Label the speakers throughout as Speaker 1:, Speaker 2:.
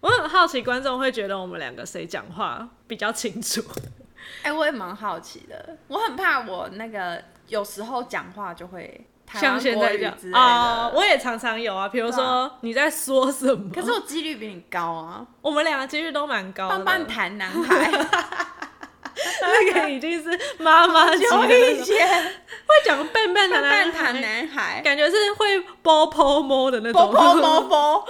Speaker 1: 我很好奇观众会觉得我们两个谁讲话比较清楚。
Speaker 2: 哎、我也蛮好奇的，我很怕我那个有时候讲话就会台
Speaker 1: 像
Speaker 2: 湾
Speaker 1: 现
Speaker 2: 国
Speaker 1: 在
Speaker 2: 语
Speaker 1: 这样
Speaker 2: 之类的，
Speaker 1: 啊、我也常常有啊，比如
Speaker 2: 对
Speaker 1: 说你在说什 么，
Speaker 2: 可是我几率比你高啊，
Speaker 1: 我们两个几率都蛮高的，
Speaker 2: 棒棒谈 男孩，
Speaker 1: 那个已经是妈妈级的
Speaker 2: 有
Speaker 1: 那
Speaker 2: 一
Speaker 1: 种，
Speaker 2: 些
Speaker 1: 会讲笨笨的
Speaker 2: 棒棒谈
Speaker 1: 男孩，
Speaker 2: 男孩，
Speaker 1: 感觉是会波波摸的那种。
Speaker 2: 啵啵 啵啵。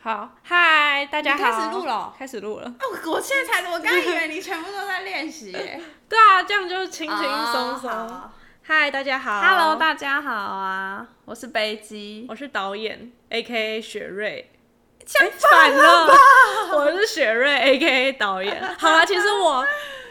Speaker 1: 好，嗨，大家好，
Speaker 2: 你开始录了哦
Speaker 1: 开始录了。
Speaker 2: 哦，我现在才，我刚以为你全部都在练习耶，
Speaker 1: 对啊，这样就轻轻松
Speaker 2: 哦
Speaker 1: 松。
Speaker 2: 好
Speaker 1: 嗨，大家好
Speaker 2: Hello，大家好啊，我是北极，
Speaker 1: 我是导演，A K A 雪瑞。
Speaker 2: 相
Speaker 1: 反了，我是雪瑞 A K A 导演。好啦，其实我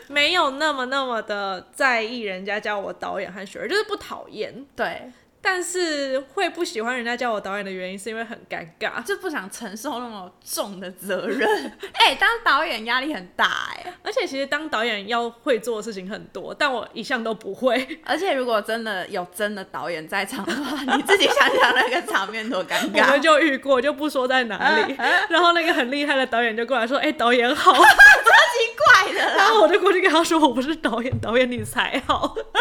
Speaker 1: 没有那么那么的在意人家叫我导演和雪瑞，就是不讨厌，
Speaker 2: 对，
Speaker 1: 但是会不喜欢人家叫我导演的原因是因为很尴尬。
Speaker 2: 啊就不想承受那么重的责任。 哎、当导演压力很大哎、
Speaker 1: 而且其实当导演要会做的事情很多，但我一向都不会，
Speaker 2: 而且如果真的有真的导演在场的话，你自己想想那个场面多尴
Speaker 1: 我们
Speaker 2: 尬。
Speaker 1: 就遇过，就不说在哪 里。然后那个很厉害的导演就过来说：“哎、导演好。
Speaker 2: 奇怪的”
Speaker 1: 然
Speaker 2: 啦，
Speaker 1: 后我就过去跟他说：“我不是导演，导演你才好。”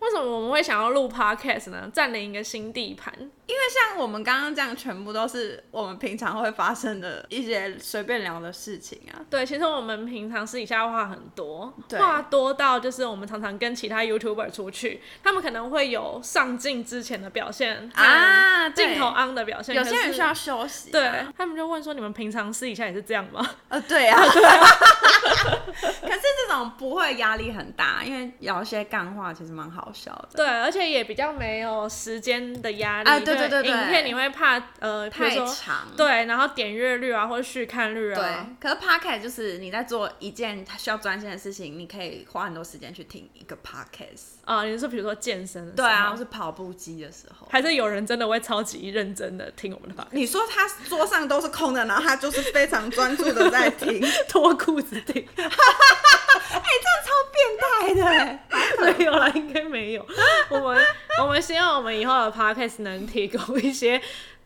Speaker 1: 为什么我们会想要录 podcast 呢？占领一个新地盘，
Speaker 2: 因为像我们刚刚这样，全部都是我们平常会发生的一些随便聊的事情啊。
Speaker 1: 对，其实我们平常私底下话很多，
Speaker 2: 对
Speaker 1: 话多到就是我们常常跟其他 YouTuber 出去，他们可能会有上镜之前的表现
Speaker 2: 啊
Speaker 1: 和镜头
Speaker 2: 对
Speaker 1: on 的表现，
Speaker 2: 有
Speaker 1: 可
Speaker 2: 些人
Speaker 1: 是
Speaker 2: 需要休息、啊，
Speaker 1: 对他们就问说：“你们平常私底下也是这样吗
Speaker 2: 呃， 对啊，可是这种不会压力很大，因为有一些干话其实蛮好笑？”的。
Speaker 1: 对，而且也比较没有时间的压力
Speaker 2: 啊对对对对
Speaker 1: 影片你会怕呃，比如
Speaker 2: 太
Speaker 1: 说
Speaker 2: 长，
Speaker 1: 对，然后点阅率啊，或者续看率啊，
Speaker 2: 对。可是 podcast 就是你在做一件需要专心的事情，你可以花很多时间去听一个 podcast。
Speaker 1: 啊、你是比如说健身的时
Speaker 2: 对
Speaker 1: 候，
Speaker 2: 啊，或是跑步机的时候。
Speaker 1: 还是有人真的会超级认真的听我们的 吧，
Speaker 2: 你说他桌上都是空的，然后他就是非常专注的在 听，哎、
Speaker 1: 脱裤子 听。
Speaker 2: 这样超变态的、哎
Speaker 1: 没有啦，应该没有。我们我们希望我们以后的 podcast 能提供一些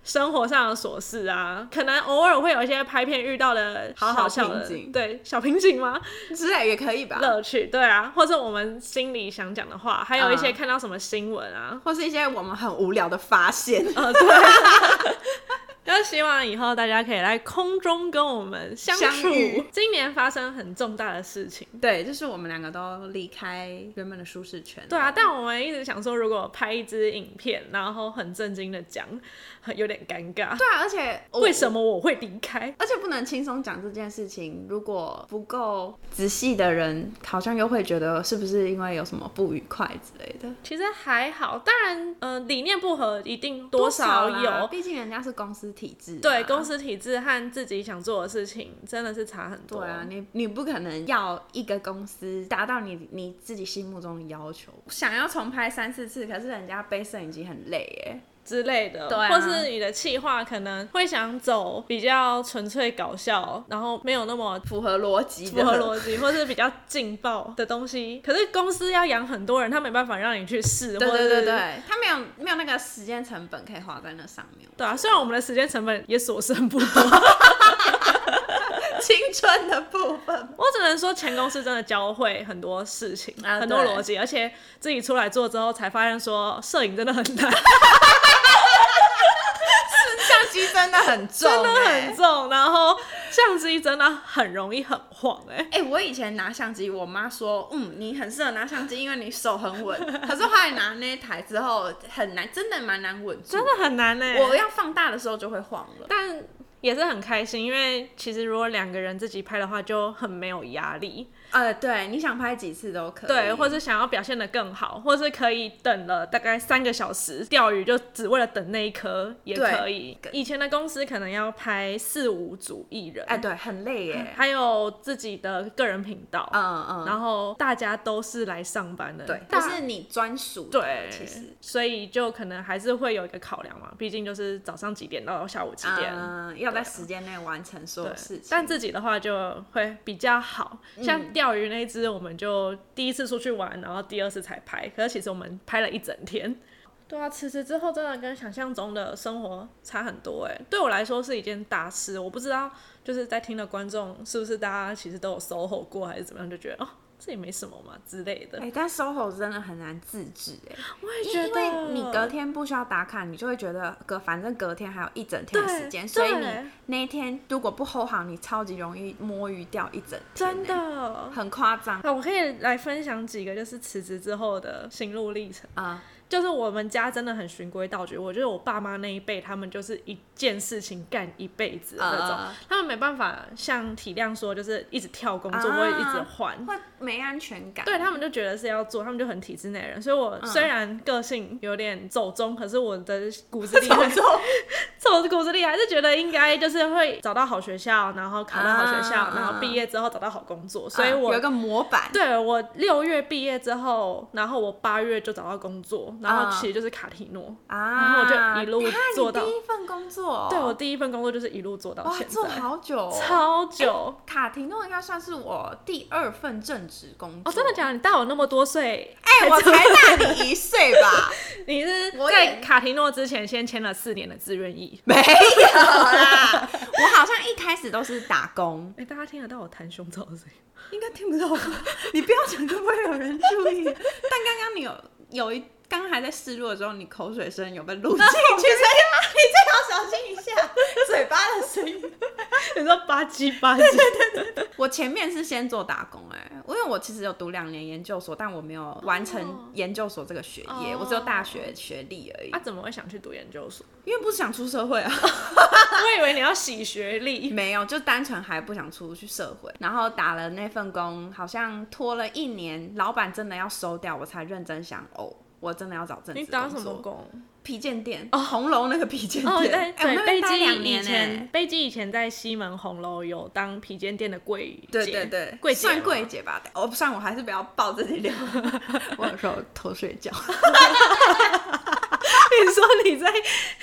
Speaker 1: 生活上的琐事啊，可能偶尔会有一些拍片遇到的好好笑的
Speaker 2: 小瓶颈
Speaker 1: 对小瓶颈吗？
Speaker 2: 之类也可以吧，
Speaker 1: 乐趣对啊，或者我们心里想讲的话，还有一些
Speaker 2: 嗯
Speaker 1: 看到什么新闻啊，
Speaker 2: 或是一些我们很无聊的发现。
Speaker 1: 呃对。 就希望以后大家可以来空中跟我们相
Speaker 2: 相
Speaker 1: 处
Speaker 2: 遇。
Speaker 1: 今年发生很重大的事情，
Speaker 2: 对，就是我们两个都离开原本的舒适圈。
Speaker 1: 对啊，但我们一直想说，如果拍一支影片，然后很震惊的讲，很有点尴尬。
Speaker 2: 对啊，而且
Speaker 1: 为
Speaker 2: 么？
Speaker 1: 什么我会离开？
Speaker 2: 而且不能轻松讲这件事情，如果不够仔细的人，好像又会觉得是不是因为有什么不愉快之类的。
Speaker 1: 其实还好，当然，嗯、理念不合一定多少有。
Speaker 2: 啦毕竟人家是公司体制、啊
Speaker 1: 对啊公
Speaker 2: 司。
Speaker 1: 司体制和自己想做的事情真的是差很多。
Speaker 2: 对啊，你你不可能要一个公司达到你你自己心目中的要求，想要重拍三四次，可是人家背摄影机很累耶。
Speaker 1: 之类的，
Speaker 2: 对啊
Speaker 1: 或是你的企划可能会想走比较纯粹搞笑，然后没有那么
Speaker 2: 符合逻辑的，
Speaker 1: 符合逻辑，或是比较劲爆的东西。可是公司要养很多人，他没办法让你去试，
Speaker 2: 对
Speaker 1: 或
Speaker 2: 对
Speaker 1: 是
Speaker 2: 对对，他没有没有那个时间成本可以花在那上面，
Speaker 1: 对啊。虽然我们的时间成本也所剩不多，
Speaker 2: 青春的部分
Speaker 1: 我只能说，前公司真的教会很多事情，
Speaker 2: 啊
Speaker 1: 很多
Speaker 2: 对
Speaker 1: 逻辑，而且自己出来做之后才发现说，摄影真的很难，
Speaker 2: 相机真的很重、欸
Speaker 1: 真的很重，然后相机真的很容易很晃、哎，
Speaker 2: 哎、我以前拿相机，我妈说，嗯，你很适合拿相机，因为你手很稳。 可是后来拿那一台之后，很难，真的欸蛮难稳住
Speaker 1: 真。的很难呢、欸
Speaker 2: 我要放大的时候就会晃了。
Speaker 1: 但也是很开心，因为其实如果两个人自己拍的话，就很没有压力，
Speaker 2: 呃，对，你想拍几次都可以。
Speaker 1: 对，或是想要表现的更好，或是可以等了大概三个小时钓鱼，就只为了等那一颗也
Speaker 2: 对
Speaker 1: 可以。以前的公司可能要拍四五组艺人，
Speaker 2: 哎、对，很累耶。
Speaker 1: 还有自己的个人频道，
Speaker 2: 嗯嗯，
Speaker 1: 然后大家都是来上班的，
Speaker 2: 对，
Speaker 1: 大
Speaker 2: 不是你专属的。
Speaker 1: 对，
Speaker 2: 其实。
Speaker 1: 所以就可能还是会有一个考量嘛，毕竟就是早上几点到下午几点。啊
Speaker 2: 嗯，要在时间内完成所
Speaker 1: 对
Speaker 2: 有事情。
Speaker 1: 但自己的话就会比较好，像钓鱼那一只，我们就第一次出去玩，然后第二次才拍。可是其实我们拍了一整天，对啊，辞职之后真的跟想象中的生活差很多哎、对我来说是一件大事。我不知道就是在听的观众是不是大家其实都有 SOHO 过还是怎么样，就觉得哦这也没什么嘛之类的
Speaker 2: 哎、。但 SOHO 真的很难自制哎、
Speaker 1: 我也
Speaker 2: 因
Speaker 1: 觉
Speaker 2: 因为
Speaker 1: 得
Speaker 2: 你隔天不需要打卡，你就会觉得隔反正隔天还有一整天的时间，
Speaker 1: 对
Speaker 2: 所以你
Speaker 1: 对
Speaker 2: 那一天如果不 hold 好，你超级容易摸鱼掉一整天、
Speaker 1: 真的
Speaker 2: 欸，很夸张
Speaker 1: 啊，我可以来分享几个就是辞职之后的心路历程。
Speaker 2: 啊！
Speaker 1: 就是我们家真的很循规蹈矩，我觉得我爸妈那一辈，他们就是一件事情干一辈子的那种
Speaker 2: 啊
Speaker 1: 他们没办法像体谅说，就是一直跳工作，
Speaker 2: 啊
Speaker 1: 不会一直换。
Speaker 2: 会没安全感。嗯
Speaker 1: 对他们就觉得是要做，他们就很体制内人。所以我虽然个性有点走中，可是我的骨子里 还是走骨子里还是觉得应该就是会找到好学校，然后考到好学校，
Speaker 2: 啊
Speaker 1: 然后毕业之后找到好工作。所以
Speaker 2: 啊
Speaker 1: 我
Speaker 2: 有一个模板，
Speaker 1: 对我六月毕业之后，然后我八月就找到工作，然
Speaker 2: 嗯
Speaker 1: 后其实就是卡提诺。
Speaker 2: 啊，
Speaker 1: 然后我就一路
Speaker 2: 等下你
Speaker 1: 做到
Speaker 2: 第一份工作哦，
Speaker 1: 对我第一份工作就是一路做到
Speaker 2: 哇，
Speaker 1: 现
Speaker 2: 做
Speaker 1: 在，
Speaker 2: 好久、哦，
Speaker 1: 超久
Speaker 2: 卡提诺应该算是我第二份正职工作。
Speaker 1: 哦！真的假的？你大我那么多岁，
Speaker 2: 哎、我才大 你一岁吧？
Speaker 1: 你是
Speaker 2: 我
Speaker 1: 在
Speaker 2: 也
Speaker 1: 卡提诺之前先签了四年的自愿役。
Speaker 2: 没有啦，我好像一开始都是打工，
Speaker 1: 哎、大家听得到我弹胸罩的声音？
Speaker 2: 应该听不到吧？你不要讲，会不会有人注意？但刚刚你有有一。刚刚还在示弱的时候，你口水声有被录进 去，所以你最好小心一下嘴巴的声音。
Speaker 1: 你说吧唧吧唧，
Speaker 2: 我前面是先做打工、哎，因为我其实有读两年研究所，但我没有完
Speaker 1: 哦
Speaker 2: 成研究所这个学业
Speaker 1: 哦
Speaker 2: 我只有大学学历而已
Speaker 1: 啊，怎么会想去读研究所？
Speaker 2: 因为不想出社会啊，
Speaker 1: 我以为你要洗学历。
Speaker 2: 没有，就单纯还不想出去社会，然后打了那份工，好像拖了一年，老板真的要收掉，我才认真想哦。我真的要找正职
Speaker 1: 你打
Speaker 2: 工
Speaker 1: 什
Speaker 2: 作
Speaker 1: 么工？
Speaker 2: 皮件店哦，红楼那个皮件店。
Speaker 1: 哦，
Speaker 2: 哎
Speaker 1: 对
Speaker 2: 我
Speaker 1: 对，
Speaker 2: 那边
Speaker 1: 贝
Speaker 2: 待
Speaker 1: 基
Speaker 2: 两
Speaker 1: 以
Speaker 2: 年欸
Speaker 1: 前
Speaker 2: 呢。
Speaker 1: 贝基以前在西门红楼有当皮间店的柜姐，
Speaker 2: 对对对，
Speaker 1: 柜姐
Speaker 2: 算
Speaker 1: 吗
Speaker 2: 柜姐吧。哦，不算，我还是不要抱 自己聊。我有时候偷睡觉。
Speaker 1: 你说你在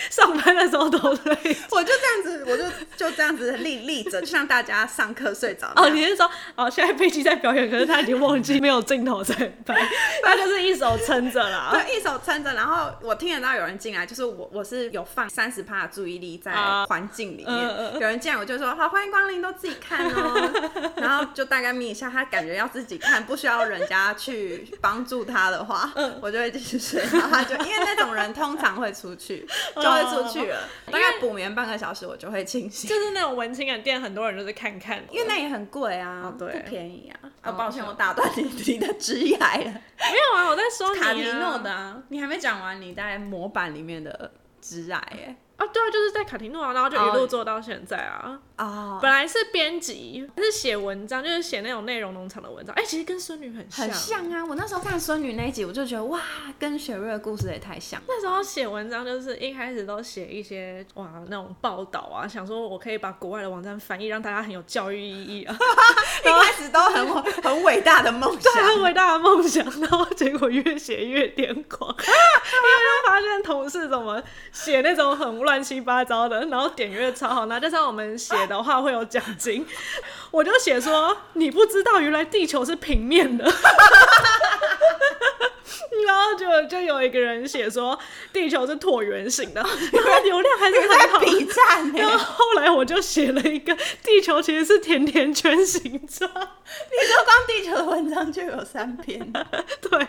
Speaker 1: 上班的时候都累
Speaker 2: 我就这样子，我就就这样子立立着，就像大家上课睡着 那
Speaker 1: 哦？
Speaker 2: 样。
Speaker 1: 你是说哦，现在贝基在表演，可是他已经忘记没有镜头在拍， 他就是一手撑着啦。
Speaker 2: 对，一手撑着，然后我听得到有人进来，就是我我是有放三十趴的注意力在
Speaker 1: 啊
Speaker 2: 环境里面，
Speaker 1: 嗯嗯嗯
Speaker 2: 有人进来我就说好欢迎光临，都自己看 哦，然后就大概眯一下，他感觉要自己看，不需要人家去帮助他的话，我就会继续睡，然后他就因为那种人通常会出 去，就会出去了，大概补眠半个小时我就会清醒。
Speaker 1: 就是那种文青的店，很多人就是看看，
Speaker 2: 因为那也很贵啊，
Speaker 1: 哦对
Speaker 2: 不便宜啊。啊，
Speaker 1: 哦
Speaker 2: 抱歉，
Speaker 1: 是
Speaker 2: 我打断你你的职业了。
Speaker 1: 没有啊，我在说你、啊、
Speaker 2: 卡提诺的啊，哦你还没讲完你在模板里面的直癌哎。
Speaker 1: 啊，对啊，就是在卡提诺啊，然后就一路做到现在啊。
Speaker 2: 哦，
Speaker 1: 本来是编辑，是写文章，就是写那种内容农场的文章。哎、其实跟孙女很像。
Speaker 2: 很像啊！我那时候看《孙女》那一集，我就觉得哇，跟雪瑞的故事也太像了。
Speaker 1: 那时候写文章就是一开始都写一些哇那种报道啊，想说我可以把国外的网站翻译，让大家很有教育意义啊，
Speaker 2: 一开始都很很伟大的梦
Speaker 1: 对，很伟大的梦想。然后结果越写越癫狂，因为就发现同事怎么写那种很乱七八糟的，然后点阅超好，那加上我们写的话会有奖金， 我就写说你不知道原来地球是平面的。 然后就就有一个人写说地球是椭圆形的， 然后流量还是很好
Speaker 2: 在。比战呢、
Speaker 1: 然后后来我就写了一个地球其实是甜甜圈形状，
Speaker 2: 你说光地球的文章就有三篇，
Speaker 1: 对，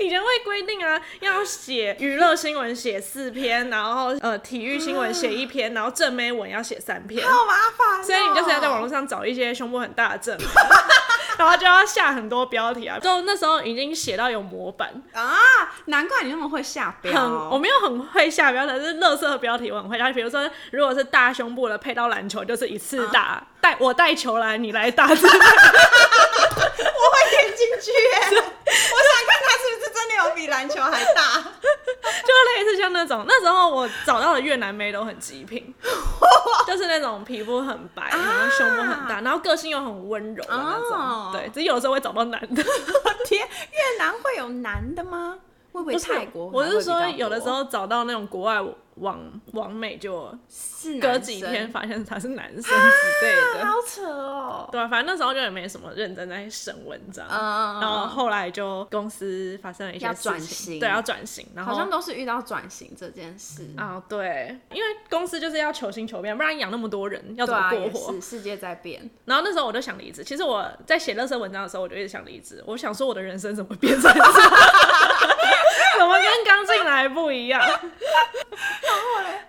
Speaker 1: 以前会规定啊，要写娱乐新闻写四篇，然后呃体育新闻写一篇，然后正妹文要写三篇，
Speaker 2: 好麻烦哦、
Speaker 1: 所以你就是要在网络上找一些胸部很大的正妹， 然后就要下很多标题啊，就那时候已经写到有模板，
Speaker 2: 啊，难怪你那么会下标。
Speaker 1: 很我没有很会下标，但是乐色的标题我很会下，比如说如果是大胸部的配到篮球，就是一
Speaker 2: 嗯
Speaker 1: 次打带、我带球来，你来打之类的。
Speaker 2: 我会点进去 耶、我想看他是不是真的有比篮球还大。
Speaker 1: 就类似像那种，那时候我找到的越南妹都很极 品，就是那种皮肤很白，
Speaker 2: 啊
Speaker 1: 然后胸部很大，然后个性又很温柔的那种。
Speaker 2: 哦
Speaker 1: 对，只是有的时候会找到男的，
Speaker 2: 天，越南会有男的吗？会不会
Speaker 1: 不是
Speaker 2: 泰国？
Speaker 1: 我是说有的时候找到那种国外网网美就
Speaker 2: 是
Speaker 1: 隔
Speaker 2: 男
Speaker 1: 几
Speaker 2: 生
Speaker 1: 天发现他是男生之类的，
Speaker 2: 好扯哦。
Speaker 1: 对啊，反正那时候就也没什么认真在审文章，
Speaker 2: 嗯
Speaker 1: 然后后来就公司发生了一些
Speaker 2: 要
Speaker 1: 事
Speaker 2: 转
Speaker 1: 情
Speaker 2: 型
Speaker 1: 对，要转型，然后
Speaker 2: 好像都是遇到转型这件事，
Speaker 1: 啊，对，因为公司就是要求新求变，不然养那么多人要
Speaker 2: 对
Speaker 1: 怎么
Speaker 2: 啊，
Speaker 1: 过
Speaker 2: 也
Speaker 1: 活？
Speaker 2: 是世界在变，
Speaker 1: 然后那时候我就想离职。其实我在写乐色文章的时候，我就一直想离职。我想说我的人生怎么变成这样？ 怎么跟刚进来不一样？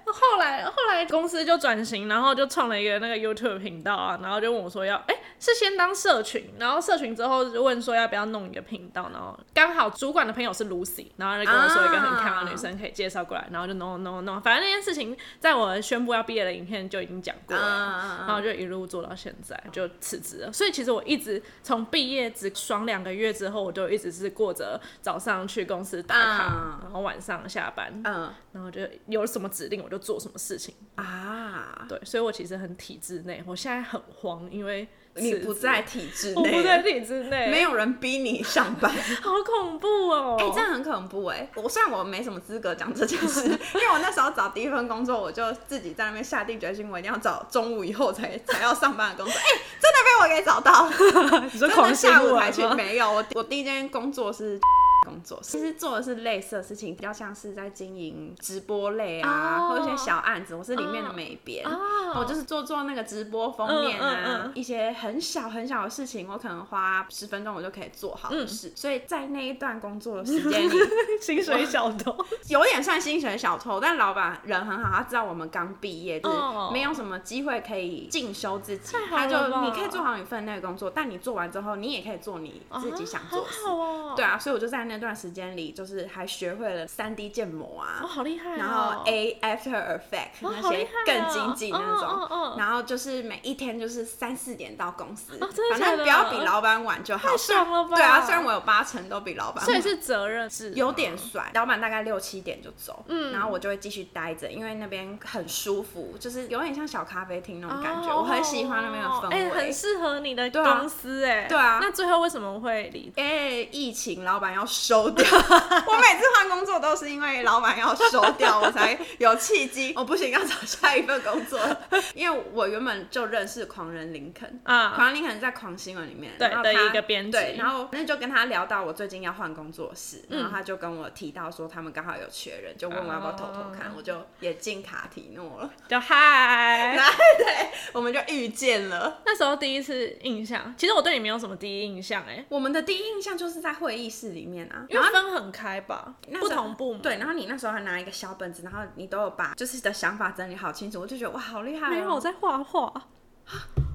Speaker 1: 后来，后来公司就转型，然后就创了一个那个 YouTube 频道啊，然后就问我说要，哎、是先当社群，然后社群之后就问说要不要弄一个频道，然后刚好主管的朋友是 Lucy，然后就跟我说一个很漂亮的女生可以介绍过来，然后就弄弄弄，反正那件事情在我宣布要毕业的影片就已经讲过了，
Speaker 2: 嗯嗯嗯
Speaker 1: 然后就一路做到现在就辞职了，所以其实我一直从毕业只爽两个月之后，我就一直是过着早上去公司打卡，
Speaker 2: 嗯
Speaker 1: 然后晚上下班，
Speaker 2: 嗯
Speaker 1: 然后就有什么指令我就做什么事情。
Speaker 2: 啊，
Speaker 1: 对，所以我其实很体制内，我现在很慌，因为
Speaker 2: 你
Speaker 1: 辞职
Speaker 2: 不在，体制
Speaker 1: 我不在
Speaker 2: 内，
Speaker 1: 体制内，
Speaker 2: 没有人逼你上班，
Speaker 1: 好恐怖哦、
Speaker 2: 哎、这样很恐怖哎、我虽然我没什么资格讲这件 事，因为我那时候找第一份工作，我就自己在那边下定决心，我一定要找中午以后才才要上班的工作。哎、真的被我给找到了，
Speaker 1: 你说
Speaker 2: 真
Speaker 1: 狂
Speaker 2: 的
Speaker 1: 新
Speaker 2: 下午才
Speaker 1: 闻
Speaker 2: 去。
Speaker 1: 吗？
Speaker 2: 没有，我我第一间工作是工作，其实做的是类似的事情，比较像是在经营直播类啊，
Speaker 1: 哦
Speaker 2: 或者一些小案子。我是里面的美编。我
Speaker 1: 哦，
Speaker 2: 就是做做那个直播封面啊，
Speaker 1: 嗯嗯嗯
Speaker 2: 一些很小很小的事情，我可能花十分钟我就可以做好的
Speaker 1: 嗯
Speaker 2: 事，所以在那一段工作的时间里，
Speaker 1: 薪水小偷，
Speaker 2: 有点算薪水小偷，但老板人很好，他知道我们刚毕业，就是
Speaker 1: 哦
Speaker 2: 没有什么机会可以进修自己。
Speaker 1: 太好
Speaker 2: 他
Speaker 1: 了
Speaker 2: 就
Speaker 1: 吧
Speaker 2: 你可以做好你分内的工作，但你做完之后，你也可以做你自己想做的事。
Speaker 1: 啊好好哦。
Speaker 2: 对啊，所以我就在那段时间里，就是还学会了三 D 建模啊，
Speaker 1: 哦，好厉害哦、
Speaker 2: 然后 A After Effect
Speaker 1: 哦
Speaker 2: 那
Speaker 1: 好厉
Speaker 2: 些
Speaker 1: 害
Speaker 2: 更
Speaker 1: 哦
Speaker 2: 精进那
Speaker 1: 嗯嗯
Speaker 2: 种
Speaker 1: 嗯，
Speaker 2: 然后就是每一天就是三四点到公司
Speaker 1: 哦真，的
Speaker 2: 反
Speaker 1: 假
Speaker 2: 正
Speaker 1: 的
Speaker 2: 不要比老板晚就好。
Speaker 1: 太
Speaker 2: 虽然
Speaker 1: 爽了吧
Speaker 2: 对啊，虽然我有八成都比老板
Speaker 1: 所以
Speaker 2: 晚。
Speaker 1: 是嗯责任制，
Speaker 2: 有点甩，老板大概六七点就走，然后我就会继续待着，因为那边很舒服，就是有点像小咖啡厅那种感觉，
Speaker 1: 哦
Speaker 2: 我很喜欢那边的氛
Speaker 1: 哎、
Speaker 2: 围。
Speaker 1: 很适合你的
Speaker 2: 对啊
Speaker 1: 公司哎、
Speaker 2: 对啊
Speaker 1: 那最后为什么会离？
Speaker 2: 因为哎疫情，老板要收 掉。我每次换工作都是因为老板要收掉，我才有契 机。哦我不行，要找下一份工作了， 因为我原本就认识狂人林肯。
Speaker 1: 啊
Speaker 2: 狂人林肯在狂新闻里面，
Speaker 1: 对
Speaker 2: 然后
Speaker 1: 的
Speaker 2: 他
Speaker 1: 一个编辑
Speaker 2: 对，然后那就跟他聊到我最近要换工作室，然后他就跟我提到说他们刚好有缺人，就问我要不要偷偷看，
Speaker 1: 哦
Speaker 2: 我就也进卡提诺了，
Speaker 1: 就嗨，
Speaker 2: 我们就遇见了。
Speaker 1: 那时候第一次印象，其实我对你没有什么第一印象哎、
Speaker 2: 我们的第一印象就是在会议室里面啊，
Speaker 1: 因为分很开吧，
Speaker 2: 那
Speaker 1: 不
Speaker 2: 时候
Speaker 1: 同部门。
Speaker 2: 对，然后你那时候还拿一个小本子，然后你都有把就是的想法整理好清楚，我就觉得哇，好厉害、哦！
Speaker 1: 没有我，在画画，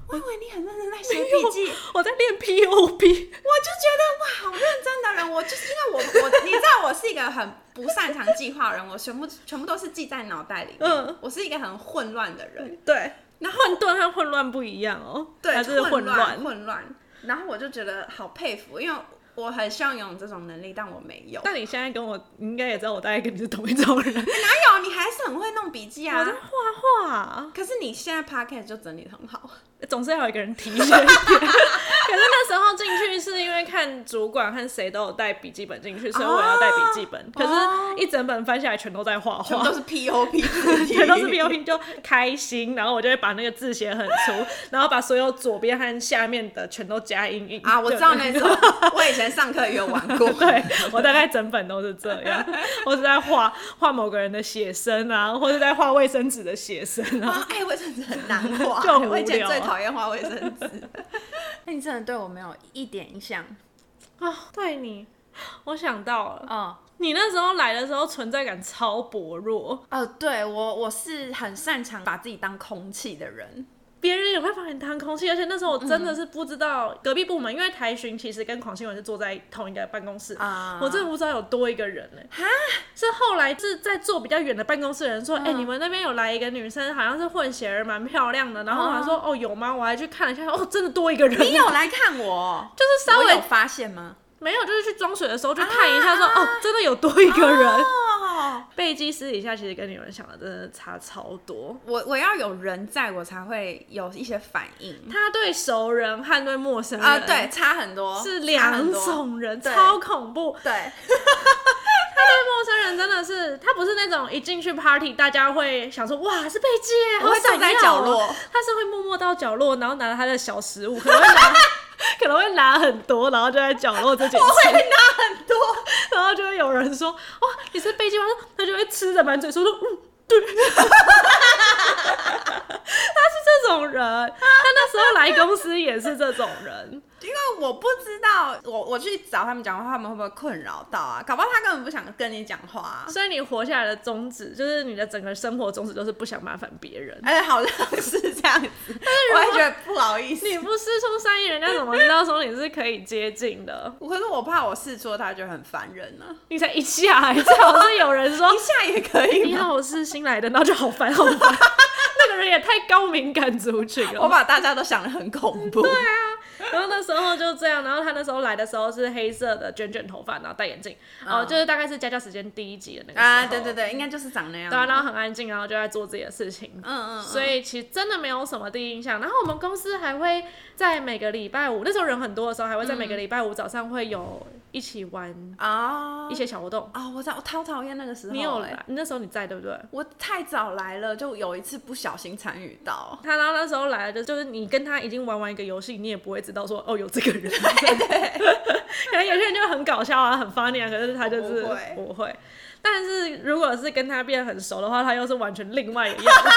Speaker 2: 我以为你很认真在写 笔记，
Speaker 1: 我在 练 POP。
Speaker 2: 我就觉得哇，好认真的人，我就是因为我我你知道我是一个很不擅长计划的人，我全部全部都是记在脑袋里面，
Speaker 1: 嗯
Speaker 2: 我是一个很混乱的人，
Speaker 1: 对，那 混沌和混乱不一样哦，
Speaker 2: 对，
Speaker 1: 还是
Speaker 2: 混
Speaker 1: 乱。
Speaker 2: 混乱，然后我就觉得好佩服，因为我很希望有这种能力，但我没有。
Speaker 1: 但你现在跟我，你应该也知道我大概跟你是同一种人。
Speaker 2: 哪有？你还是很会弄笔记
Speaker 1: 我
Speaker 2: 啊
Speaker 1: 在。画画，
Speaker 2: 可是你现在 podcast 就整理得很好，
Speaker 1: 总是要有一个人提一 些。可是那时候进去是因为看主管和谁都有带笔记本进去，所以我要带笔记本。可
Speaker 2: 哦
Speaker 1: 是，一整本翻下来全都在画
Speaker 2: 全部
Speaker 1: 画
Speaker 2: 都。是 POP，
Speaker 1: 全都是 POP 就开心，然后我就会把那个字写很粗， 然后把所有左边和下面的全都加阴影
Speaker 2: 啊，我知 道那种，我以前上课也有玩 过。
Speaker 1: 对我大概整本都是这 样，我是在画画某个人的写生啊，或者在画卫生纸的写生啊。
Speaker 2: 啊，哎，卫生纸很难画，
Speaker 1: 就很无聊
Speaker 2: 我以前最讨厌画卫生纸。 那你真的对我没有一点印象
Speaker 1: 啊，对你，我想到了，
Speaker 2: 哦。
Speaker 1: 你那时候来的时候存在感超薄弱，
Speaker 2: 哦，对我我是很擅长把自己当空气的人，
Speaker 1: 别人也会把你当空气，而且那时候我真的是不知道隔壁部门，因为台巡其实跟狂新闻是坐在同一个办公室
Speaker 2: 啊
Speaker 1: 我真的不知道有多一个人呢、欸。是后来是在坐比较远的办公室的人说，哎、你们那边有来一个女生，好像是混血儿，蛮漂亮的。然后我还说，哦，有吗？我还去看了一下，哦，真的多一个人。
Speaker 2: 你有来看我，
Speaker 1: 就是稍
Speaker 2: 我有
Speaker 1: 微
Speaker 2: 发现吗？
Speaker 1: 没有，就是去装水的时候就看一下说，
Speaker 2: 啊
Speaker 1: 哦，真的有多一个人。
Speaker 2: 哦，
Speaker 1: 贝基私底下其实跟你们想的真的差超多。
Speaker 2: 我我要有人在我才会有一些反应
Speaker 1: 他对熟人和对陌生人
Speaker 2: 呃啊，对，差很多，
Speaker 1: 是
Speaker 2: 差很
Speaker 1: 两
Speaker 2: 多
Speaker 1: 种人，
Speaker 2: 对
Speaker 1: 超恐怖。
Speaker 2: 对，
Speaker 1: 他的人真的是，他不是那种一进去 party 大家会想说哇是贝基耶，
Speaker 2: 我会
Speaker 1: 好闪
Speaker 2: 坐在
Speaker 1: 耀哦
Speaker 2: 角 落，
Speaker 1: 他是会默默到角落，然后拿着他的小食物，可能会拿 可能会拿很多，然后就在角落自 己吃，
Speaker 2: 很多，
Speaker 1: 然后就会有人说哇你是贝基吗？他就会吃着满嘴说说嗯 对，他是这种人，他那时候来公司也是这种人。
Speaker 2: 因为我不知道，我我去找他们讲话，他们会不会困扰到啊？搞不好他根本不想跟你讲话、啊。
Speaker 1: 所以你活下来的宗旨，就是你的整个生活宗旨，就是不想麻烦别人。
Speaker 2: 哎、好像是这样子，我还觉得不好意思。
Speaker 1: 你不师出善意，人家怎么知道说你是可以接近的？
Speaker 2: 可是我怕我试错，他就很烦人呢、啊。
Speaker 1: 你才一下，最好是有人说
Speaker 2: 一下也可以
Speaker 1: 你
Speaker 2: 吗？
Speaker 1: 好，我是新来的，然后就好烦 好烦。那个人也太高敏感族群
Speaker 2: 我
Speaker 1: 了。
Speaker 2: 把大家都想得很 恐怖。对啊，
Speaker 1: 然后那时候就这样，然后他那时候来的时候是黑色的卷卷头发，然后戴眼镜，哦，就是大概是家教时间第一集的那个时候
Speaker 2: 嗯啊对对，对，嗯应该就是长那样。
Speaker 1: 对啊，然后很安静，然后就在做自己的事情，
Speaker 2: 嗯嗯，
Speaker 1: 所以其实真的没有什么第一印象。然后我们公司还会在每个礼拜五，那时候人很多的时候，还会在
Speaker 2: 嗯
Speaker 1: 每个礼拜五早上会有一起玩
Speaker 2: 啊
Speaker 1: 一些小活动。
Speaker 2: 啊，我知道，我超讨厌那个时候。
Speaker 1: 你有
Speaker 2: 来？
Speaker 1: 来？你那时候你在对不对？
Speaker 2: 我太早来了，就有一次不小心参与到。
Speaker 1: 他然后那时候来了，就就是你跟他已经玩完一个游戏，你也不会知道说哦有这 个人。可能有些人就很搞笑啊，很 funny 啊，可是他就是
Speaker 2: 我不会
Speaker 1: 不会。但是如果是跟他变很熟的话，他又是完全另外一个样 子，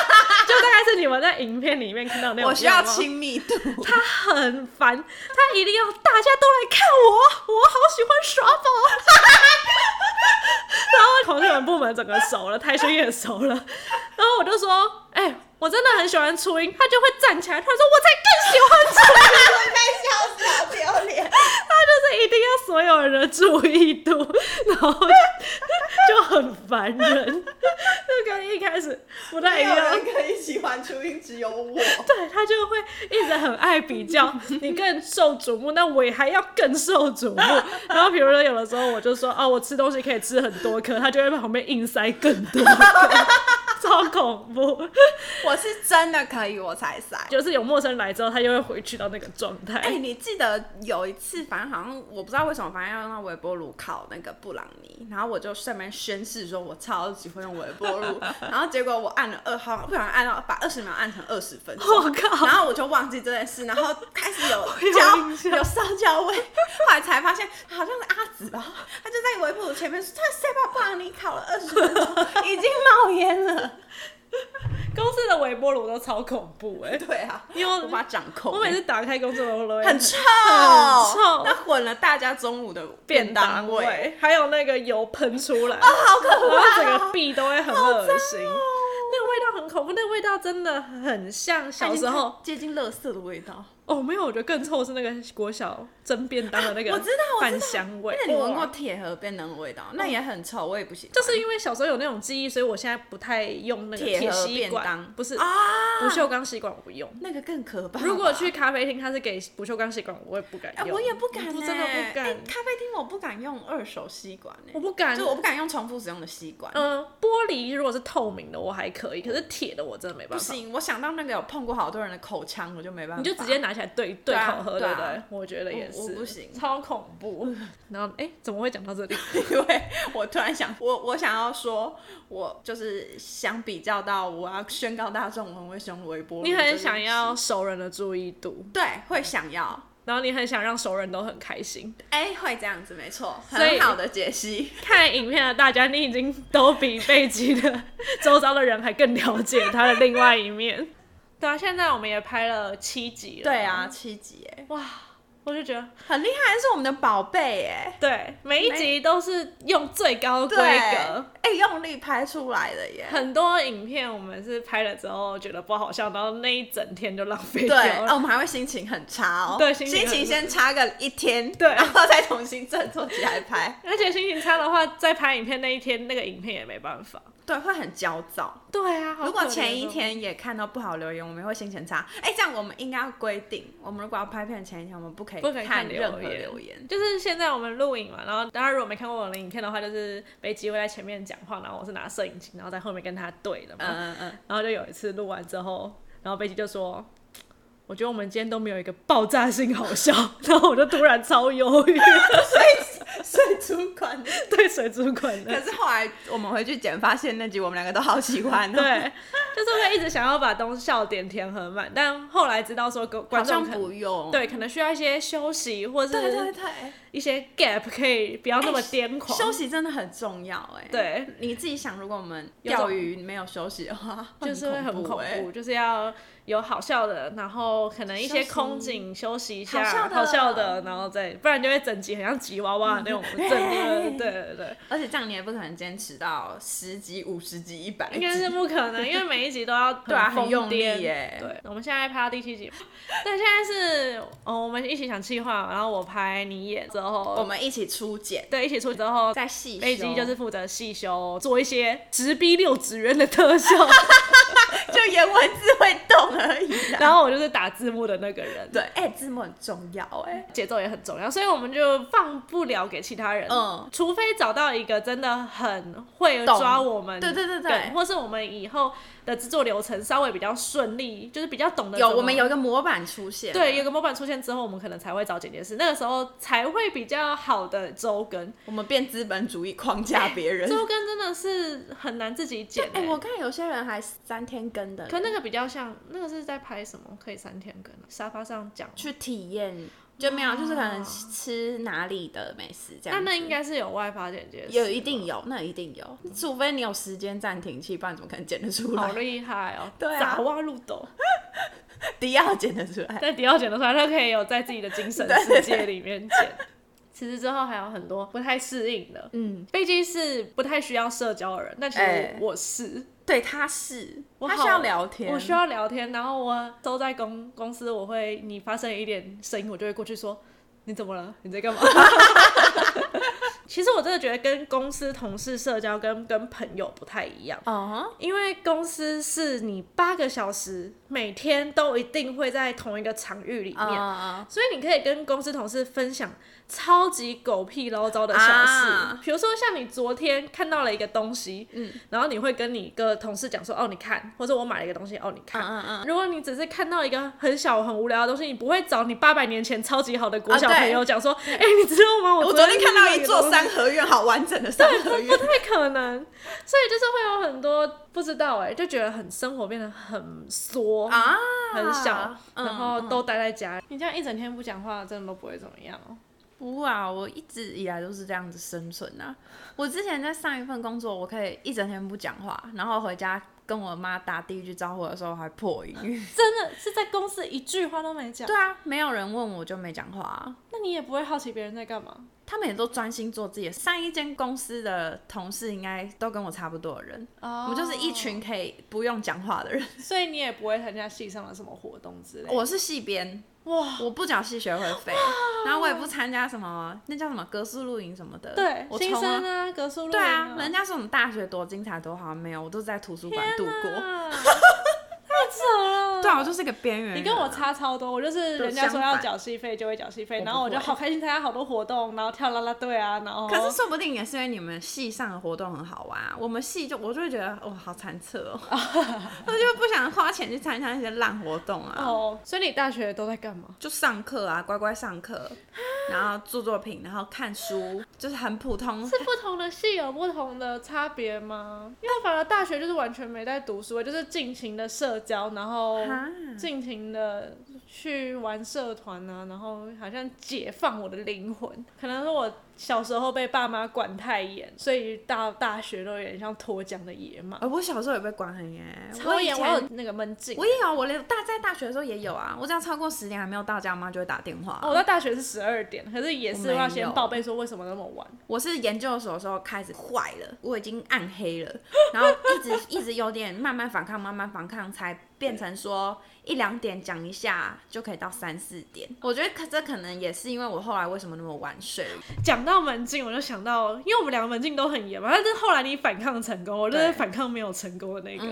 Speaker 1: 就大概是你们在影片里面看到那种样貌。
Speaker 2: 我需要亲密 度，
Speaker 1: 他很烦，他一定要大家都来看我，我好喜欢耍宝。然后同学们部门整个熟了，台轩也熟了，然后我就说，哎、我真的很喜欢初音，他就会站起来，他说我才更喜欢初音，
Speaker 2: 我该笑死，好丢脸。
Speaker 1: 他就是一定要所有人的注意度，然后就很烦人，就跟一开始不太
Speaker 2: 没
Speaker 1: 一
Speaker 2: 有
Speaker 1: 样
Speaker 2: 人。可以喜欢初音，只有我。
Speaker 1: 对他就会一直很爱比较，你更受瞩目，那我也还要更受瞩目。然后比如说有的时候我就说哦，我吃东西可以吃很多颗，他就会在旁边硬塞更多颗， 超恐怖。
Speaker 2: 我是真的可以，我才塞。
Speaker 1: 就是有陌生人来之后，他就会回去到那个状态。
Speaker 2: 哎、你记得有一次，反正好像我不知道为什么，反正要用到微波炉烤那个布朗尼，然后我就顺便宣誓说我超级会用微波 炉，然后结果我按了二号，不小心按到把二十秒按成二十分钟。
Speaker 1: 我靠
Speaker 2: 然！后我就忘记这件事，然后开始 有
Speaker 1: 有印
Speaker 2: 焦
Speaker 1: 象
Speaker 2: 有烧焦味，后来才发现好像是阿紫吧，他就在微波炉前面说：“他谁把布朗尼烤了二十 分钟，已经冒烟了。
Speaker 1: 公司的微波炉都超恐怖哎、”
Speaker 2: 对啊，
Speaker 1: 因
Speaker 2: 无
Speaker 1: 为
Speaker 2: 法掌控。
Speaker 1: 我每次打开公司微波炉，
Speaker 2: 很臭，
Speaker 1: 很臭
Speaker 2: 那混了大家中午的
Speaker 1: 便当
Speaker 2: 味，
Speaker 1: 味，哦还有那个油喷出来。
Speaker 2: 好可
Speaker 1: 然后
Speaker 2: 怕、
Speaker 1: 整
Speaker 2: 哦
Speaker 1: 个！壁都会很恶心。那个味道很恐怖，那个味道真的很像小时候
Speaker 2: 接近垃圾的味道，
Speaker 1: 哦，没有，我觉得更臭是那个国小蒸便当的那个
Speaker 2: 我知道我知道
Speaker 1: 饭香味。
Speaker 2: 那你闻过
Speaker 1: 哇嗯
Speaker 2: 铁盒便当的味道，那也很臭，我也不喜欢。
Speaker 1: 就是因为小时候有那种记忆，所以我现在不太用那个
Speaker 2: 铁
Speaker 1: 铁
Speaker 2: 盒
Speaker 1: 吸
Speaker 2: 便
Speaker 1: 管
Speaker 2: 当，，
Speaker 1: 不是
Speaker 2: 啊，
Speaker 1: 不锈钢吸管，我不用。
Speaker 2: 那个更可怕吧。
Speaker 1: 如果去咖啡厅，它是给不锈钢吸管，我也不敢
Speaker 2: 哎，
Speaker 1: 用。
Speaker 2: 我也不敢欸，
Speaker 1: 我真的不
Speaker 2: 哎
Speaker 1: 敢，
Speaker 2: 咖啡厅我不敢用二手吸管欸
Speaker 1: 我不敢。
Speaker 2: 就我不敢用重复使用的吸管。
Speaker 1: 嗯，玻璃如果是透明的，我还可以，可是铁的我真的没
Speaker 2: 不
Speaker 1: 办法。
Speaker 2: 行，我想到那个有碰过好多人的口腔，我就没办法。
Speaker 1: 你就直接拿起来对对
Speaker 2: 对啊
Speaker 1: 口喝，
Speaker 2: 对
Speaker 1: 对
Speaker 2: 啊
Speaker 1: 不对？我觉得也
Speaker 2: 我
Speaker 1: 是，
Speaker 2: 我不行
Speaker 1: 超恐 怖。然后，哎，怎么会讲到这里？
Speaker 2: 因为我突然想，我我想要说，我就是想比较到，我要宣告大众，我会使用微波炉。
Speaker 1: 你
Speaker 2: 就
Speaker 1: 很
Speaker 2: 是
Speaker 1: 想要熟人的注意度，
Speaker 2: 对，会想要，
Speaker 1: 然后你很想让熟人都很开心。
Speaker 2: 哎、会这样子，没错，
Speaker 1: 所以
Speaker 2: 很好的解 析。
Speaker 1: 看影片的大家，你已经都比贝基的周遭的人还更了解他的另外一面。对啊，现在我们也拍了七集了。
Speaker 2: 对啊，，七集哎，
Speaker 1: 哇，我就觉得，
Speaker 2: 很厉害，是我们的宝贝哎，
Speaker 1: 对，每一集都是用最高规
Speaker 2: 对，
Speaker 1: 格。
Speaker 2: 哎、用力拍出来的耶。
Speaker 1: 很多影片我们是拍了之后觉得不好笑，然后那一整天就浪费掉
Speaker 2: 对，
Speaker 1: 了。
Speaker 2: 哦，我们还会心情很差哦，
Speaker 1: 对心
Speaker 2: 心
Speaker 1: 情很
Speaker 2: 先差个一天，
Speaker 1: 对哦
Speaker 2: 然后再重新振作起来拍，
Speaker 1: 而且心情差的话，在拍影片那一天，那个影片也没办法。
Speaker 2: 对，会很焦躁。
Speaker 1: 对啊，好
Speaker 2: 如果
Speaker 1: 可怜
Speaker 2: 前一
Speaker 1: 哦，
Speaker 2: 天也看到不好留言，我们也会心情差。哎、这样我们应该要规定，我们如果要拍片前一天，我们不可以
Speaker 1: 不可以看
Speaker 2: 任何
Speaker 1: 留言
Speaker 2: 留言。
Speaker 1: 就是现在我们录影嘛，然后大家如果没看过我的影片的话，就是北极会在前面讲话，然后我是拿摄影机，然后在后面跟他对的嘛。
Speaker 2: 嗯嗯嗯，
Speaker 1: 然后就有一次录完之后，然后北极就说。我觉得我 们今天都没有一个爆炸性好笑，然后我就突然超忧郁，
Speaker 2: 所以水族馆的。
Speaker 1: 对水族馆
Speaker 2: 可
Speaker 1: 的，
Speaker 2: 是后来我们回去剪，发现那集我们两个都好喜欢、哦。，
Speaker 1: 对，就是会一直想要把东笑点填很满，但后来知道说观
Speaker 2: 好
Speaker 1: 观众
Speaker 2: 像
Speaker 1: 可能
Speaker 2: 不用。
Speaker 1: 对可能需要一些休息或
Speaker 2: 对对
Speaker 1: 是
Speaker 2: 对，
Speaker 1: 一些 gap 可以不要那么癫狂。
Speaker 2: 休息真的很重要哎、，
Speaker 1: 对，
Speaker 2: 你自己想，如果我们
Speaker 1: 有种
Speaker 2: 钓鱼没有休息的话，
Speaker 1: 就是会很恐
Speaker 2: 欸
Speaker 1: 怖，就是要有好笑的，然后可能一些
Speaker 2: 休息
Speaker 1: 空景休息一下，
Speaker 2: 好笑的
Speaker 1: 的嗯然后再不然就会整集很像吉娃娃那种整
Speaker 2: 嘿
Speaker 1: 个， 对对对，
Speaker 2: 而且这样你也不可能坚持到十集、五十集、一百集。
Speaker 1: 应该是不可能，因为每一集都 要
Speaker 2: 对啊，
Speaker 1: 疯
Speaker 2: 很用力
Speaker 1: 癫
Speaker 2: 耶。
Speaker 1: 对，我们现在拍到第七集，但现在是哦，我们一起想计划，然后我拍你演之后，
Speaker 2: 我们一起初剪，
Speaker 1: 对一起出去之后，
Speaker 2: 在戏
Speaker 1: A
Speaker 2: 修
Speaker 1: G 就是负责细修，做一些直逼六指元的特 效，
Speaker 2: 就颜文字会动而已啦。
Speaker 1: 然后我就是打字幕的那个人，
Speaker 2: 对，哎、字幕很重要哎、
Speaker 1: 节奏也很重要，所以我们就放不了给其他人，
Speaker 2: 嗯，
Speaker 1: 除非找到一个真的很会抓
Speaker 2: 懂
Speaker 1: 我们，
Speaker 2: 对对对对
Speaker 1: 或是我们以后的制作流程稍微比较顺利，就是比较懂得
Speaker 2: 有
Speaker 1: 怎么
Speaker 2: 我们有一个模板出现，
Speaker 1: 对，有个模板出现之后，我们可能才会找剪接师，那个时候才会比较好的周更。
Speaker 2: 我们变资本主义框架别人。
Speaker 1: 周更真的是很难自己剪、欸，
Speaker 2: 哎、我看有些人还三天更的，
Speaker 1: 可那个比较像，那个是在拍什么？可以三天更啊，沙发上讲。
Speaker 2: 去体验就没有，就是可能
Speaker 1: 哇
Speaker 2: 吃哪里的美食这
Speaker 1: 那
Speaker 2: 样。
Speaker 1: 那应该是有外发剪接师，
Speaker 2: 有一定有，那一定有，除非你有时间暂停器，不然怎么可能剪得出
Speaker 1: 好
Speaker 2: 来？
Speaker 1: 厉害哦！
Speaker 2: 对啊
Speaker 1: 咋挖入斗，
Speaker 2: 迪奥剪得出 来。
Speaker 1: 在迪奥剪的时候，他可以有在自己的精神世界里面剪。其实之后还有很多不太适应的，
Speaker 2: 嗯，
Speaker 1: 飞机是不太需要社交的人，但其
Speaker 2: 哎
Speaker 1: 实我是，
Speaker 2: 对，他是，
Speaker 1: 我
Speaker 2: 他
Speaker 1: 好
Speaker 2: 需要聊天，
Speaker 1: 我需要聊天，然后我都在公公司，我会你发生一点声音，我就会过去说你怎么了？你在干嘛？ 其实我真的觉得跟公司同事社交跟跟朋友不太一样，
Speaker 2: 哦，
Speaker 1: 因为公司是你八个小时每天都一定会在同一个场域里面，
Speaker 2: 啊，
Speaker 1: 所以你可以跟公司同事分享超级狗屁唠叨的小事，
Speaker 2: 啊
Speaker 1: 比如说像你昨天看到了一个东西，嗯，然后你会跟你一个同事讲说，哦，你看，或者我买了一个东西，哦，你看。
Speaker 2: 嗯嗯，
Speaker 1: 如果你只是看到一个很小很无聊的东西，你不会找你八百年前超级好的国小
Speaker 2: 啊对
Speaker 1: 朋友讲说，哎、你知道吗？我
Speaker 2: 我
Speaker 1: 昨
Speaker 2: 昨天看到一座
Speaker 1: 山。
Speaker 2: 三合院，好完整的三合院
Speaker 1: 不，太可能，所以就是会有很多不知道哎、就觉得很生活变得很缩
Speaker 2: 啊
Speaker 1: 很小，
Speaker 2: 嗯
Speaker 1: 然后都待在家。你这样一整天不讲话，真的都不会怎么样哦。
Speaker 2: 不啊，我一直以来都是这样子生存啊。我之前在上一份工作，我可以一整天不讲话，然后回家跟我妈打第一句招呼的时候还破音。
Speaker 1: 真的是在公司一句话都没讲，
Speaker 2: 对啊，没有人问我就没讲话、啊。
Speaker 1: 那你也不会好奇别人在干嘛。
Speaker 2: 他们也都专心做自己的。上一间公司的同事应该都跟我差不多的人，
Speaker 1: 哦
Speaker 2: 我就是一，群可以不用讲话的人。
Speaker 1: 所以你也不会参加系上的什么活动之类的。
Speaker 2: 我是系编，
Speaker 1: 哇，
Speaker 2: 我不缴系学会费，然后我也不参加什么那叫什么格式露营什么的。
Speaker 1: 对，
Speaker 2: 我
Speaker 1: 新
Speaker 2: 从来
Speaker 1: 生啊，格数
Speaker 2: 对啊，人家说我们大学多精彩多好，没有，我都是在图书馆度过。
Speaker 1: 啊太扯了。
Speaker 2: 对啊，我就是个边缘人啊。
Speaker 1: 你跟我差超多，我就是人家说要缴戏费就会缴戏费，
Speaker 2: 我不
Speaker 1: 然后我就
Speaker 2: 会
Speaker 1: 好开心参加好多活动，然后跳啦啦队啊，然后
Speaker 2: 可是说不定也是因为你们系上的活动很好玩啊，我们系就我就会觉得哇，好惨彻 哦，我就不想花钱去参加那些烂活动啊，
Speaker 1: 哦，所以你大学都在干嘛？
Speaker 2: 就上课啊，乖乖上课，然后做作品，然后看书，就是很普通。
Speaker 1: 是不同的系有不同的差别吗？因为反而大学就是完全没在读书，欸就是尽情的社交，然后
Speaker 2: 啊
Speaker 1: 尽情的去玩社团啊，然后好像解放我的灵魂。可能是我小时候被爸妈管太严，所以到大学都有点像脱缰的野马，
Speaker 2: 呃我小时候也被管很严，
Speaker 1: 超
Speaker 2: 我以
Speaker 1: 严，
Speaker 2: 前
Speaker 1: 我有那个闷劲。
Speaker 2: 我也有，我连大在大学的时候也有啊，我只要超过十点还没有到家，我妈就会打电话。
Speaker 1: 哦，我在大学是十二点，可是也是要
Speaker 2: 我没
Speaker 1: 先
Speaker 2: 有
Speaker 1: 报备说为什么那么晚。
Speaker 2: 我是研究所的时候开始坏了，我已经暗黑了， 然后一直一直有点慢慢反抗，慢慢反抗，才变成说一两点讲一下就可以到三四点。我觉得可这可能也是因为我后来为什么那么晚睡，
Speaker 1: 讲到门禁，我就想到，因为我们两个门禁都很严嘛，但是后来你反抗成功，我就是
Speaker 2: 对嗯
Speaker 1: 反抗没有成功的那个。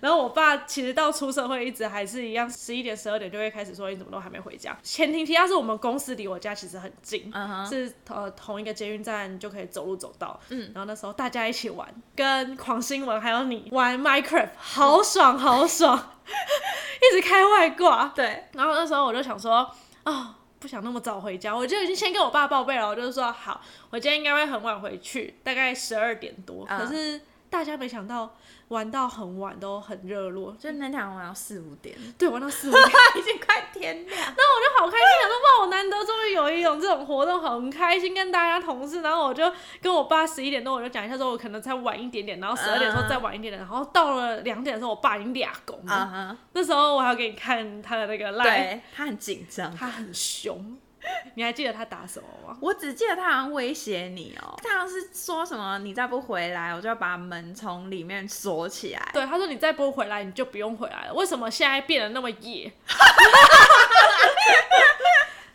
Speaker 1: 然后我爸其实到出社会一直还是一样，十一点、十二点就会开始说你怎么都还没回家。前提提他是我们公司离我家其实很近，
Speaker 2: 嗯哼，
Speaker 1: 是呃同一个捷运站就可以走路走到。嗯，然后那时候大家一起玩，跟狂新闻还有你玩 Minecraft，好爽 好爽，一直开外挂。
Speaker 2: 对，
Speaker 1: 然后那时候我就想说，哦，不想那么早回家，我就已经先跟我爸报备了，我就说好，我今天应该会很晚回去，大概十二点多。
Speaker 2: 嗯
Speaker 1: 可是大家没想到玩到很晚，都很热络，
Speaker 2: 就是那天晚上四五点，
Speaker 1: 对，玩到四五点。
Speaker 2: 已经快天亮。
Speaker 1: 那我就好开心，想说哇，我难得终于有一种这种活动，很开心，跟大家同事。然后我就跟我爸十一点多，我就讲一下说，我可能再晚一点点，然后十二
Speaker 2: 嗯
Speaker 1: 点说再晚一点点，然后到了两点的时候，我爸已经俩拱了。
Speaker 2: 啊哈，
Speaker 1: 那时候我还要给你看他的那个 line，
Speaker 2: 对他很紧张。
Speaker 1: 他很凶。 你还记得他打什么吗？
Speaker 2: 我只记得他好像威胁你哦，他好像是说什么你再不回来，我就要把门从里面锁起来。
Speaker 1: 对，他说你再不回来，你就不用回来了。为什么现在变得那么夜？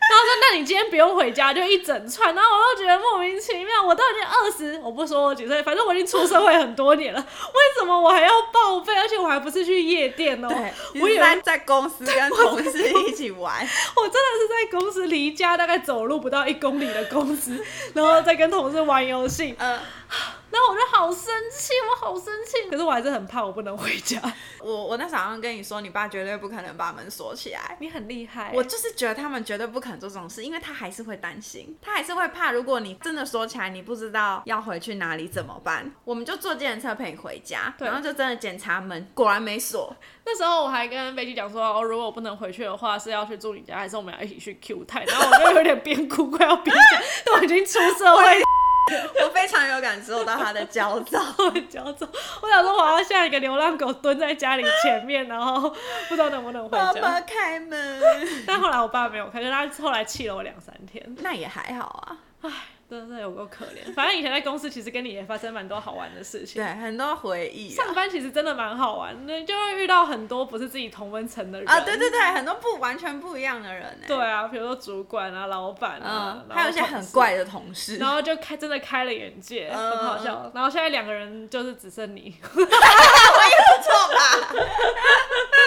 Speaker 1: 然后说那你今天不用回家，就一整串。然后我又觉得莫名其妙，我都已经二十，我不说我几岁，反正我已经出社会很多年了， 为什么我还要报备？而且我还不是去夜店哦，
Speaker 2: 对，
Speaker 1: 我
Speaker 2: 我
Speaker 1: 以为
Speaker 2: 也在在公司 跟同事一起玩，
Speaker 1: 我真的是在公司离家大概走路不到一公里的公司，然后再跟同事玩游戏，
Speaker 2: 呃，
Speaker 1: 那我就好生气，我好生气。可是我还是很怕我不能回家。
Speaker 2: 我我那时候好像跟你说，你爸绝对不可能把门锁起来。
Speaker 1: 你很厉害，
Speaker 2: 我就是觉得他们绝对不可能做这种事，因为他还是会担心，他还是会怕。如果你真的锁起来，你不知道要回去哪里怎么办？我们就坐计程车陪你回家，
Speaker 1: 对
Speaker 2: 然后就真的检查门，果然没锁。
Speaker 1: 那时候我还跟飞机讲说，哦，如果我不能回去的话，是要去住你家，还是我们要一起去 Q 泰？然后我就有点边哭快要边讲，都已经出社会
Speaker 2: 我非常有感受到他的焦 躁。
Speaker 1: 我很焦躁。我想说，我要像一个流浪狗蹲在家里前面，然后不知道能不能回
Speaker 2: 妈
Speaker 1: 家。
Speaker 2: 妈开门，
Speaker 1: 但后来我爸没有开，就他后来气了我两三天，
Speaker 2: 那也还好啊。
Speaker 1: 真的有够可怜。反正以前在公司，其实跟你也发生蛮多好玩的事情
Speaker 2: 对，。很多回忆啊。
Speaker 1: 上班其实真的蛮好玩的，就会遇到很多不是自己同温层的人
Speaker 2: 啊，对对对，很多不完全不一样的人哎、
Speaker 1: 对啊，比如说主管啊、老板啊，
Speaker 2: 嗯，
Speaker 1: 然后
Speaker 2: 还有一些
Speaker 1: 同
Speaker 2: 很
Speaker 1: 事
Speaker 2: 怪的同事
Speaker 1: 然。后就开真的开了眼界，
Speaker 2: 嗯
Speaker 1: 很好笑。然后现在两个人就是只剩你，
Speaker 2: 哎不错吧？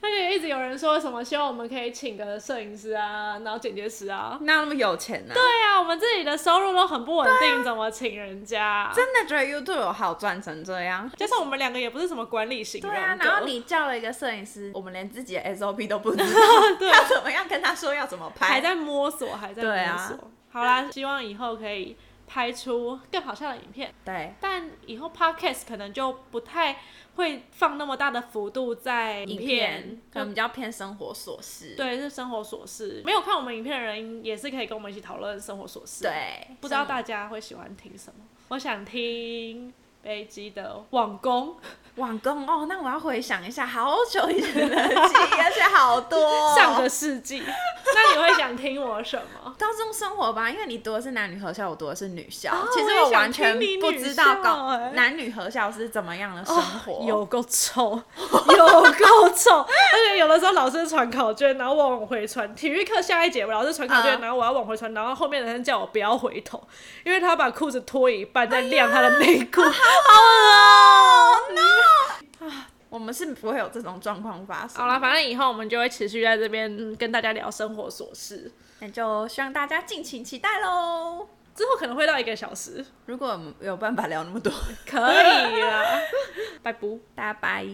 Speaker 1: 而且一直有人说什么希望我们可以请个摄影师啊，然后剪接师啊。
Speaker 2: 那那么有钱呢、
Speaker 1: 对啊，我们自己的收入都很不稳定，怎么请人家？
Speaker 2: 啊真的觉得 YouTube 有好赚成这样。
Speaker 1: 加上我们两个也不是什么管理型人
Speaker 2: 对
Speaker 1: 格，
Speaker 2: 啊，然后你叫了一个摄影师，我们连自己的 SOP 都不 知道，要怎么样跟他说要怎么
Speaker 1: 啊还
Speaker 2: 拍？
Speaker 1: 在摸索，还在摸索。
Speaker 2: 对啊
Speaker 1: 好啦，希望以后可以拍出更好笑的影片。
Speaker 2: 对，
Speaker 1: 但以后 podcast 可能就不太会放那么大的幅度在影片，
Speaker 2: 可能比较偏生活琐事。
Speaker 1: 对，是生活琐事。没有看我们影片的人也是可以跟我们一起讨论生活琐事。，
Speaker 2: 对，
Speaker 1: 不知道大家会喜欢听什么？我想听飞机的网工，
Speaker 2: 网工哦，那我要回想一下，好久以前的记忆，而且好多哦、
Speaker 1: 上个世纪。那你会想听我什么？
Speaker 2: 高中生活吧，因为你读的是男女合校，我读的是女校，
Speaker 1: 哦
Speaker 2: 其实
Speaker 1: 我也想
Speaker 2: 完全
Speaker 1: 听你
Speaker 2: 不
Speaker 1: 女
Speaker 2: 知
Speaker 1: 校
Speaker 2: 道高、
Speaker 1: 哎
Speaker 2: 男女合校是怎么样的生活。
Speaker 1: 哦有够臭，有够臭，而且有的时候老师传考卷，然后我往回传；体育课下一节老师传考卷，
Speaker 2: 嗯
Speaker 1: 然后我要往回传，然后后面的人叫我不要回头，因为他把裤子脱一半在晾他的内裤。
Speaker 2: 啊哦 no！啊，我们是不会有这种状况发生。
Speaker 1: 好啦，，反正以后我们就会持续在这边、嗯跟大家聊生活琐事，
Speaker 2: 那就希望大家敬请期待喽。
Speaker 1: 之后可能会到一个小时，
Speaker 2: 如果有办法聊那么多，
Speaker 1: 可以啦，拜拜。
Speaker 2: 大家拜。